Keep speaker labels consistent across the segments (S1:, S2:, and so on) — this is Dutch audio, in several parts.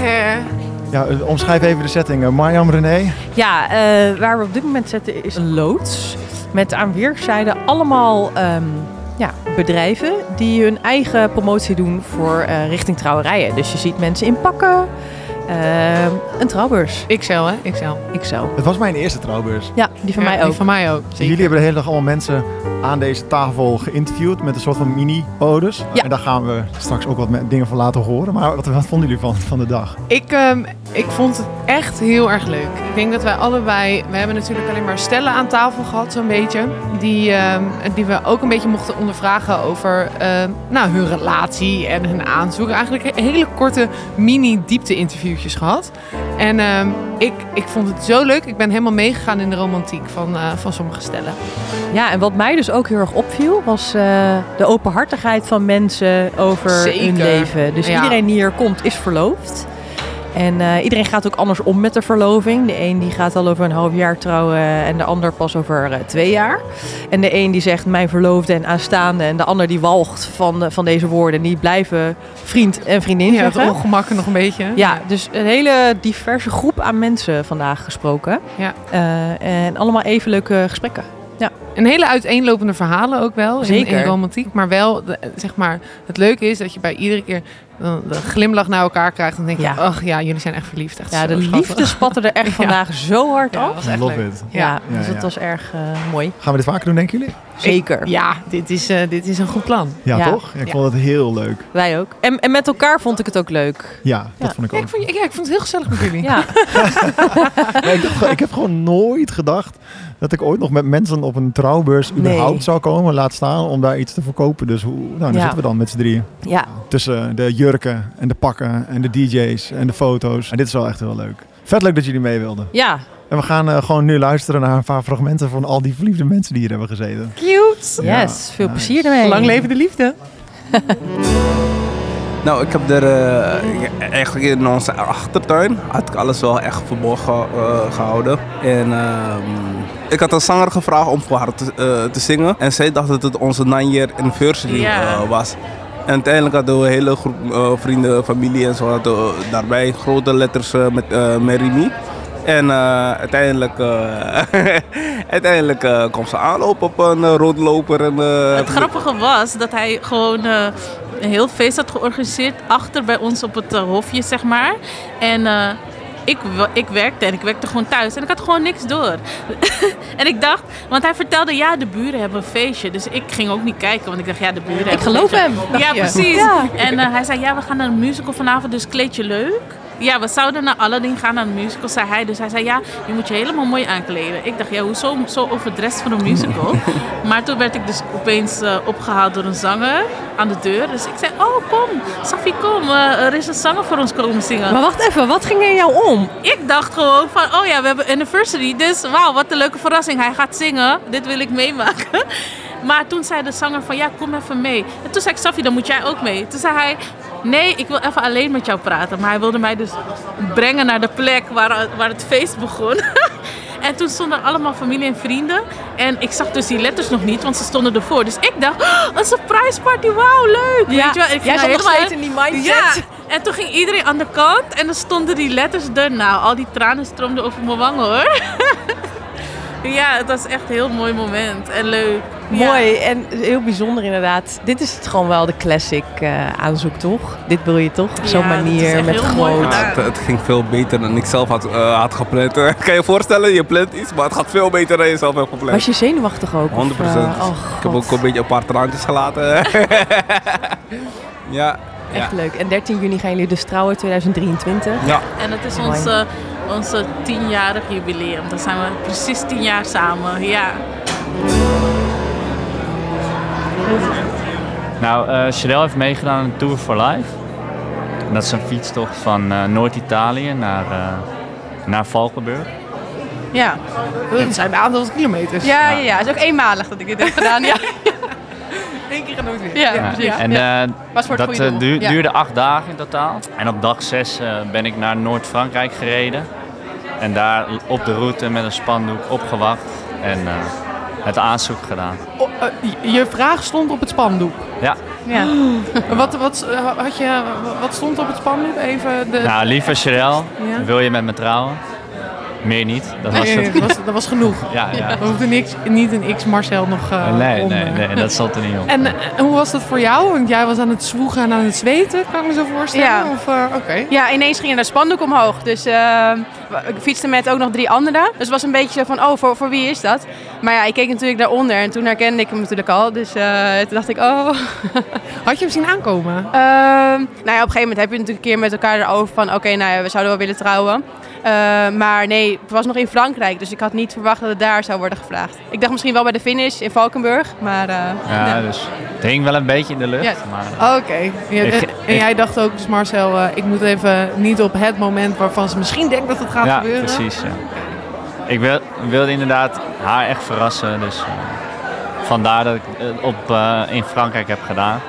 S1: ver.
S2: Ja, eh, omschrijf even de setting. Eh, Marjam, René.
S3: Ja, eh, waar we op dit moment zitten is een loods. Met aan weerszijden allemaal ehm, ja, bedrijven die hun eigen promotie doen voor eh, richting trouwerijen. Dus je ziet mensen in pakken, ehm, een trouwbeurs.
S1: XL, hè? XL.
S3: Ik zo.
S2: Het was mijn eerste trouwbeurs.
S3: Ja, die van
S1: Ja,
S3: mij
S1: die
S3: ook.
S1: Van mij ook.
S2: En
S1: zeker.
S2: jullie hebben de hele dag allemaal mensen aan deze tafel geïnterviewd met een soort van mini-odes.
S3: Ja.
S2: En daar gaan we straks ook wat me- dingen van laten horen. Maar wat, wat vonden jullie van, van de dag?
S1: Ik, ehm, ik vond het echt heel erg leuk. Ik denk dat wij allebei. We hebben natuurlijk alleen maar stellen aan tafel gehad, zo'n beetje. Die, ehm, die we ook een beetje mochten ondervragen over ehm, nou, hun relatie en hun aanzoek. Eigenlijk hele korte mini-diepte-interviewtjes gehad. En ehm, ik, ik vond het zo leuk. Ik ben helemaal meegegaan in de romantiek van, eh, van sommige stellen.
S3: Ja, en wat mij dus ook heel erg opviel was eh, de openhartigheid van mensen over
S1: Zeker.
S3: hun leven. Dus
S1: Ja.
S3: iedereen die hier komt is verloofd. En eh, iedereen gaat ook anders om met de verloving. De een die gaat al over een half jaar trouwen en de ander pas over eh, twee jaar. En de een die zegt mijn verloofde en aanstaande. En de ander die walgt van, eh, van deze woorden. En die blijven vriend en vriendin
S1: Ja, het
S3: zeggen.
S1: ongemak nog een beetje.
S3: Ja, dus een hele diverse groep aan mensen vandaag gesproken.
S1: Ja.
S3: Eh, en allemaal even leuke gesprekken.
S1: Een hele uiteenlopende verhalen ook wel. in- In,
S3: Zeker.
S1: romantiek. Maar wel, de- zeg maar, het leuke is dat je bij iedere keer een, een glimlach naar elkaar krijgt. En denk je,
S3: Ja.
S1: ach ja, jullie zijn echt verliefd. Echt
S3: Ja,
S1: zo
S3: de
S1: schattig."
S3: liefde spatte er echt vandaag zo hard
S1: Ja,
S3: af.
S1: was echt
S2: Love
S1: leuk.
S2: it.
S3: Ja,
S1: Ja.
S2: Ja,
S3: dus dat
S2: ja.
S3: was erg eh, mooi.
S2: Gaan we dit vaker doen, denken jullie?
S3: Zeker.
S1: Ja, dit is, eh, dit is een goed plan.
S2: Ja,
S3: Ja.
S2: toch? Ja, ik
S1: Ja.
S2: vond het heel leuk.
S3: Wij ook. En, en met elkaar vond ik het ook leuk.
S2: Ja, dat
S3: Ja.
S2: vond ik
S1: Ja, ik
S2: ook.
S1: vond, ja, ik vond het heel gezellig met jullie.
S3: Ja,
S2: Nee, ik, dacht- ik heb gewoon nooit gedacht dat ik ooit nog met mensen op een trouwbeurs überhaupt
S3: Nee.
S2: zou komen. Laat staan om daar iets te verkopen. Dus hoe, nou, daar
S3: Ja.
S2: zitten we dan met z'n drieën.
S3: ja.
S2: Tussen de jurken en de pakken en de DJ's en de foto's. En dit is wel echt heel leuk. Vet leuk dat jullie mee wilden.
S3: ja.
S2: En we gaan eh, gewoon nu luisteren naar een paar fragmenten van al die verliefde mensen die hier hebben gezeten.
S1: Cute.
S2: Ja,
S3: Yes, veel
S2: nice.
S3: plezier ermee.
S1: Lang leven de liefde.
S4: Nou, ik heb er eh, eigenlijk in onze achtertuin had ik alles wel echt verborgen eh, gehouden. En ehm, ik had een zanger gevraagd om voor haar te, eh, te zingen. En zij dacht dat het onze Nanjer anniversary
S1: Ja.
S4: eh, was. En uiteindelijk hadden we een hele groep eh, vrienden, familie en zo hadden we daarbij grote letters eh, met eh Mary Me. En eh, uiteindelijk, eh, uiteindelijk eh kwam ze aanlopen op een eh, roodloper. En, eh,
S5: Het grappige was dat hij gewoon eh, een heel feest had georganiseerd achter bij ons op het eh, hofje, zeg maar. En eh, ik, wa- ik werkte en ik werkte gewoon thuis en ik had gewoon niks door. en ik dacht, want hij vertelde, ja, de buren hebben een feestje. Dus ik ging ook niet kijken, want ik dacht, ja, de buren hebben
S3: Ik
S5: een
S3: geloof hem. dacht
S5: ja,
S3: je.
S5: precies.
S3: Ja.
S5: En eh, hij zei, ja, we gaan naar een musical vanavond, dus kleed je leuk. Ja, we zouden naar Aladdin gaan, naar een musical, zei hij. Dus hij zei, ja, je moet je helemaal mooi aankleden. Ik dacht, ja, hoezo zo overdressed voor een musical? maar toen werd ik dus opeens eh, opgehaald door een zanger aan de deur. Dus ik zei, oh, kom, Safi, kom, eh, er is een zanger voor ons komen zingen
S3: Maar wacht even, wat ging er in jou om?
S5: ik dacht gewoon van, oh ja, we hebben anniversary. Dus wauw, wat een leuke verrassing. Hij gaat zingen. Dit wil ik meemaken. Maar toen zei de zanger van, ja, kom even mee. En toen zei ik, Safi, dan moet jij ook mee. Toen zei hij, nee, ik wil even alleen met jou praten. Maar hij wilde mij dus brengen naar de plek waar, waar het feest begon. En toen stonden allemaal familie en vrienden. En ik zag dus die letters nog niet, want ze stonden ervoor. Dus ik dacht, oh, een surprise party, wauw, leuk. Weet je wel? Ik ging
S3: jij zat nog
S5: helemaal-
S3: steeds in die mindset.
S5: ja, en toen ging iedereen aan de kant en dan stonden die letters er. Nou, al die tranen stroomden over mijn wangen hoor. ja, het was echt een heel mooi moment en leuk. Ja.
S3: Mooi en heel bijzonder inderdaad. Dit is het gewoon wel de classic eh, aanzoek, toch? Dit wil je toch op zo'n
S5: Ja, dat is
S3: manier
S5: echt
S3: met
S5: heel mooi
S3: groot.
S5: gedaan.
S4: Ja, het, het ging veel beter dan ik zelf had, eh, had gepland. kan je je voorstellen, je plant iets, maar het gaat veel beter dan je zelf hebt
S3: Was
S4: gepland.
S3: je zenuwachtig ook?
S4: 100%.
S3: Of, eh, oh,
S4: ik heb ook
S3: God.
S4: een beetje een paar traantjes gelaten. ja,
S3: Echt leuk. En 13 juni gaan jullie dus trouwen 2023.
S4: ja.
S5: En het is
S3: Mooi.
S5: ons, eh, ons eh, tienjarig jubileum. Dan zijn we precies tien jaar samen. Ja.
S6: Nou, eh Chanel heeft meegedaan aan de Tour for Life. Dat is een fietstocht van eh, Noord-Italië naar, eh, naar Valkenburg.
S3: Ja.
S1: Het zijn een aantal kilometers.
S3: Ja, ja, ja. Het is ook eenmalig dat ik dit heb gedaan. Ja,
S1: Eén keer genoeg weer.
S3: ja,
S6: Ja.
S3: precies.
S6: En
S3: Ja.
S6: eh,
S3: Was voor het
S6: dat
S3: goede
S6: eh,
S3: doel.
S6: duur-
S3: Ja.
S6: duurde acht dagen in totaal. En op dag zes eh, ben ik naar Noord-Frankrijk gereden. En daar op de route met een spandoek opgewacht en eh, het aanzoek gedaan.
S1: Oh, eh, je- je vraag stond op het spandoek.
S6: Ja,
S5: Ja.
S1: Wat, wat, eh, had je, wat stond op het spandoek even? De...
S6: Nou, lieve Sherelle,
S1: Ja.
S6: wil je met me trouwen? Meer niet. Dat was
S1: nee,
S6: het.
S1: nee, dat, was, dat was genoeg.
S6: Ja, ja.
S1: We hoefden niks, niet een X-Marcel nog eh,
S6: Nee,
S1: onder.
S6: nee, nee, dat zat er niet op.
S1: En eh, hoe was dat voor jou? Want jij was aan het zwoegen en aan het zweten, kan ik me zo voorstellen.
S7: Ja.
S1: Of, eh, Oké.
S7: Ja, ineens ging er een spandoek omhoog. Dus eh, ik fietste met ook nog drie anderen. Dus het was een beetje zo van, oh, voor, voor wie is dat? Maar ja, ik keek natuurlijk daaronder en toen herkende ik hem natuurlijk al. Dus eh, toen dacht ik, oh...
S1: Had je hem zien aankomen?
S7: Ehm, nou ja, op een gegeven moment heb je het natuurlijk een keer met elkaar erover van... oké, nou ja, we zouden wel willen trouwen. Eh, maar nee, het was nog in Frankrijk, dus ik had niet verwacht dat het daar zou worden gevraagd. Ik dacht misschien wel bij de finish in Valkenburg, maar... eh,
S6: Ja,
S7: nee.
S6: dus het hing wel een beetje in de lucht.
S1: Ja.
S6: Maar,
S1: Oké. Ja,
S6: Ik-
S1: eh, en
S6: ik-
S1: jij dacht ook, dus Marcel, eh, ik moet even niet op het moment waarvan ze misschien denkt dat het gaat
S6: ja,
S1: gebeuren.
S6: precies. Ja. Ik wil, wilde inderdaad haar echt verrassen. Dus eh, vandaar dat ik het op, eh, in Frankrijk heb gedaan.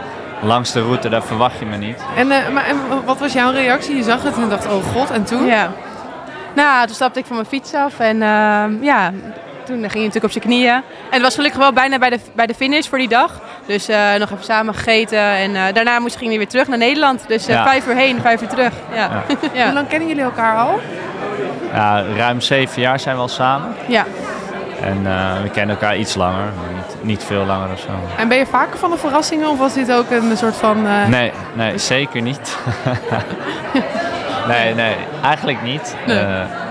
S6: Langs de route, daar verwacht je me niet.
S1: En, eh, maar, en wat was jouw reactie? Je zag het en dacht, oh god, en toen?
S7: Ja. Nou, toen stapte ik van mijn fiets af en ehm, ja, toen ging hij natuurlijk op zijn knieën. En het was gelukkig wel bijna bij de, bij de finish voor die dag. Dus eh, nog even samen gegeten en eh, daarna moest, ging hij weer terug naar Nederland. Dus eh,
S6: Ja.
S7: vijf uur heen, vijf uur terug. Ja.
S6: Ja.
S1: Hoe
S7: Ja.
S1: lang kennen jullie elkaar al?
S6: Ja, ruim zeven jaar zijn we al samen.
S7: Ja.
S6: En eh, we kennen elkaar iets langer, maar niet, niet veel langer of zo.
S1: En ben je vaker van de verrassingen of was dit ook een soort van... eh,
S6: Nee, nee, zeker niet. nee, nee, eigenlijk niet. Eh,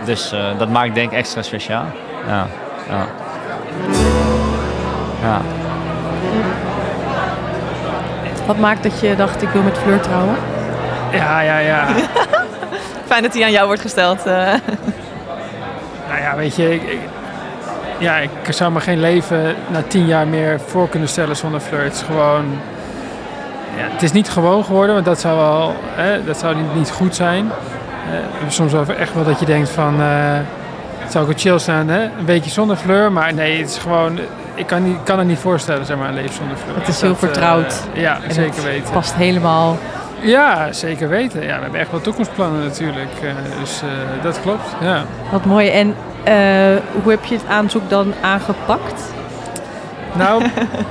S6: dus eh, dat maakt denk ik extra speciaal. Ja, ja. ja.
S3: Wat maakt dat je dacht, ik wil met Fleur trouwen?
S8: Ja, ja, ja.
S3: Fijn dat die aan jou wordt gesteld. eh.
S8: Nou ja, weet je, ik, ik- ja, ik zou me geen leven na tien jaar meer voor kunnen stellen zonder Fleur. Het is gewoon, ja, het is niet gewoon geworden, want dat zou wel, hè, dat zou niet, niet goed zijn. Eh, soms wel echt wel dat je denkt van, eh zou ik het chill staan, hè? een weekje zonder Fleur. Maar nee, het is gewoon, ik kan, niet, kan het niet voorstellen, zeg maar, een leven zonder Fleur.
S3: Het is heel
S8: Dat, eh,
S3: vertrouwd.
S8: ja,
S3: En
S8: zeker
S3: het
S8: weten.
S3: Past helemaal.
S8: Ja, zeker weten. Ja, we hebben echt wel toekomstplannen natuurlijk. Eh, dus eh, dat klopt, ja.
S3: Wat mooi. En eh, hoe heb je het aanzoek dan aangepakt?
S8: Nou,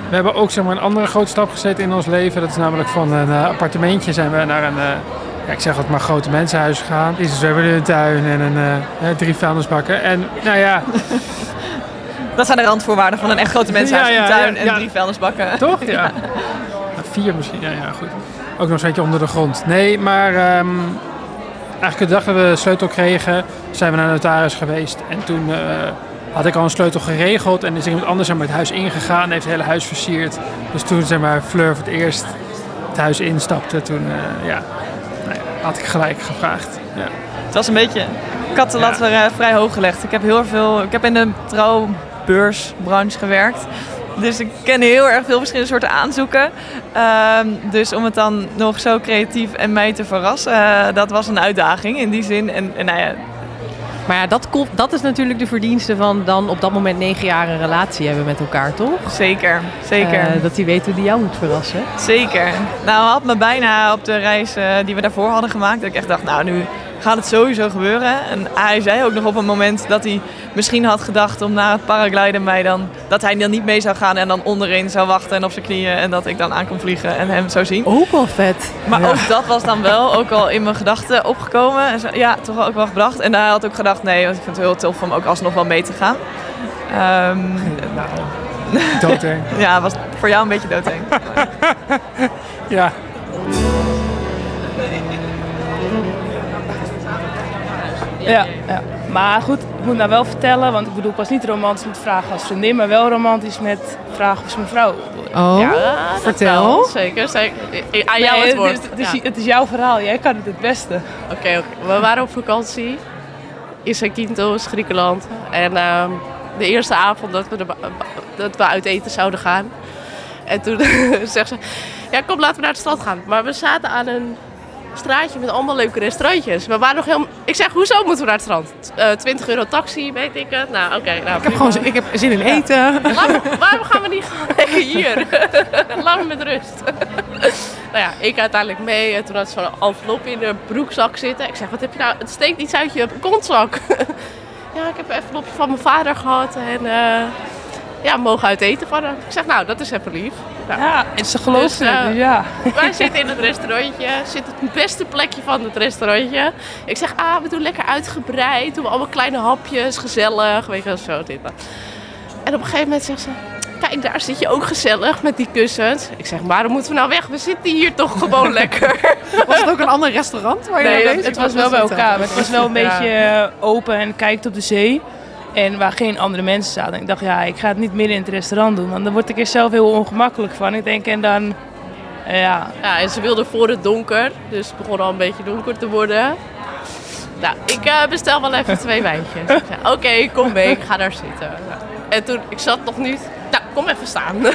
S8: we hebben ook zeg maar, een andere grote stap gezet in ons leven. Dat is namelijk van een eh, appartementje zijn we naar een, eh, ja, ik zeg het maar, grote mensenhuis gegaan. Dus we hebben een tuin en een, eh, eh, drie vuilnisbakken. En nou ja,
S3: Dat zijn de randvoorwaarden van een echt grote
S8: mensenhuis, Ja, ja, een tuin ja, en ja. drie
S3: vuilnisbakken.
S8: toch? Ja. Nou, vier misschien, ja, ja, goed. Ook nog een beetje onder de grond. Nee, maar ehm, eigenlijk de dag dat we de sleutel kregen, zijn we naar de notaris geweest. En toen eh, had ik al een sleutel geregeld en is iemand anders zeg maar, het huis ingegaan en heeft het hele huis versierd. Dus toen zeg maar, Fleur voor het eerst het huis instapte, toen eh, ja, nou ja, had ik gelijk gevraagd. Ja.
S9: Het was een beetje kattenlat
S8: Ja.
S9: weer eh, vrij hoog gelegd. Ik heb heel veel. Ik heb in de trouwbeursbranche gewerkt. Dus ik ken heel erg veel verschillende soorten aanzoeken. Ehm, dus om het dan nog zo creatief en mij te verrassen, eh, dat was een uitdaging in die zin. En, en nou ja,
S3: Maar ja, dat, komt, dat is natuurlijk de verdienste van dan op dat moment negen jaar een relatie hebben met elkaar, toch?
S9: zeker, zeker.
S3: Eh, dat hij weet hoe die jou moet verrassen.
S9: Zeker. Nou, had me bijna op de reis eh, die we daarvoor hadden gemaakt. Dat ik echt dacht, nou, nu gaat het sowieso gebeuren. En hij zei ook nog op een moment dat hij misschien had gedacht om na het paragliden mij dan... dat hij dan niet mee zou gaan en dan onderin zou wachten en op zijn knieën. En dat ik dan aan kon vliegen en hem zou zien.
S3: Ook wel vet.
S9: Maar ook dat was dan wel ook al in mijn gedachten opgekomen. En zo, ja, toch wel ook wel gebracht. En hij had ook gedacht, nee, want ik vind het heel tof om ook alsnog wel mee te gaan. Ehm,
S8: Nou, dood hè?
S9: ja, was voor jou een beetje doodeng.
S8: Ja.
S10: Ja, ja. Maar goed, ik moet nou wel vertellen, want ik bedoel, ik was niet romantisch met vragen als vriendin, maar wel romantisch met vragen als mevrouw.
S1: Oh,
S10: dat
S3: eh,
S1: vertel.
S10: wel,
S5: Zeker, zeker. I- Aan jou
S10: Nee, dus
S5: het woord.
S10: Het,
S5: Ja.
S10: is- het is- het is jouw verhaal, jij kan het het beste.
S5: Oké, oké. we waren op vakantie in Sakintos, Griekenland. En ehm, de eerste avond dat we, de ba- ba- dat we uit eten zouden gaan. En toen zegt ze, ja kom laten we naar de stad gaan. Maar we zaten aan een straatje met allemaal leuke restaurantjes. We waren nog heel... Ik zeg, hoezo moeten we naar het strand? Eh 20 euro taxi, weet ik het. Nou, oké. nou,
S1: Ik heb gewoon z- ik heb zin in eten.
S5: Laat me- waarom gaan we niet gewoon lekker hier? Laat me met rust. nou ja, ik uiteindelijk mee. En toen had ze zo'n envelop in de broekzak zitten. Ik zeg, wat heb je nou? Het steekt iets uit je kontzak. ja, ik heb een envelopje van mijn vader gehad. En eh, ja, we mogen uit eten van hem. Ik zeg, nou, dat is even lief.
S10: Ja, en ze geloofde
S11: Dus,
S10: het,
S11: eh,
S10: dus ja.
S11: Wij zitten in het restaurantje, zit het beste plekje van het restaurantje. Ik zeg, ah, we doen lekker uitgebreid, doen we allemaal kleine hapjes, gezellig, weet je wel, zo dit. dat. En op een gegeven moment zegt ze, kijk, daar zit je ook gezellig met die kussens. Ik zeg, waarom moeten we nou weg? We zitten hier toch gewoon lekker.
S1: Was het ook een ander restaurant waar je
S10: Nee,
S1: mee
S10: dat-
S1: bezig
S10: het was wel bij elkaar. Maar het was wel een
S1: Ja.
S10: beetje eh, open en kijkt op de zee. En waar geen andere mensen zaten. En ik dacht, ja, ik ga het niet midden in het restaurant doen. Want dan word ik er zelf heel ongemakkelijk van. Ik denk, en dan... eh, ja,
S11: Ja, en ze wilde voor het donker, dus het begon al een beetje donker te worden. Nou, ik eh, bestel wel even twee wijntjes. Ik zei, Oké, kom mee, ik ga daar zitten. Nou, en toen, ik zat nog niet. Nou, kom even staan. nou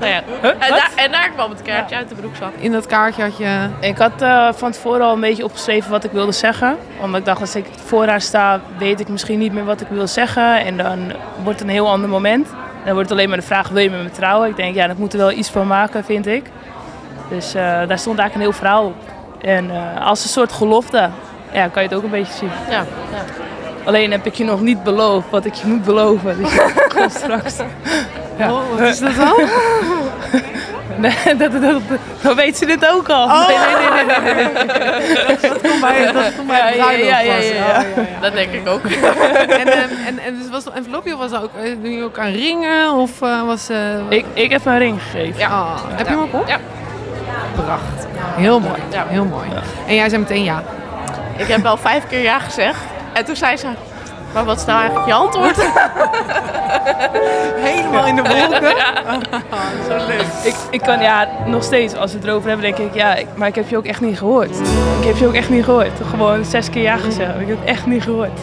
S11: ja. en, daar- en daar kwam het kaartje uit de broekzak.
S1: In dat kaartje had je...
S10: Ik had eh, van tevoren al een beetje opgeschreven wat ik wilde zeggen. Omdat ik dacht, als ik voor haar sta, weet ik misschien niet meer wat ik wil zeggen. En dan wordt het een heel ander moment. En dan wordt het alleen maar de vraag, wil je met me trouwen? Ik denk, ja, dat moet er wel iets van maken, vind ik. Dus eh, daar stond eigenlijk een heel verhaal op. En eh, als een soort gelofte, ja, kan je het ook een beetje zien.
S11: Ja,
S10: Alleen heb ik je nog niet beloofd wat ik je moet beloven. Dus dat komt straks. Ja.
S1: Oh, wat is dat dan?
S10: Nee, dat, dat, dat, dan weet ze dit ook al. Nee, nee, nee, nee, nee, nee.
S1: Kom bij, Oh. dat komt bij
S10: Ja, ja, ja,
S1: bruiloft was.
S10: ja, ja, ja.
S1: Oh, ja, ja.
S11: dat denk ik ook.
S1: En, ehm, en, en dus was het envelopje of was dat ook, eh, doen jullie ook aan ringen? Of eh, was... eh,
S10: Ik, ik heb een ring gegeven. Ah.
S1: ja. Heb je hem ook op?
S11: Ja.
S1: Prachtig. Heel mooi,
S11: Ja.
S1: heel mooi. En jij zei meteen ja.
S11: Ik heb wel vijf keer ja gezegd. En toen zei ze, maar wat is nou eigenlijk je antwoord?
S1: Helemaal in de wolken.
S10: Ik, ik kan ja, nog steeds, als we het erover hebben, denk ik, ja, ik- maar ik heb je ook echt niet gehoord. Ik heb je ook echt niet gehoord. Gewoon zes keer ja gezegd. Ik heb het echt niet gehoord.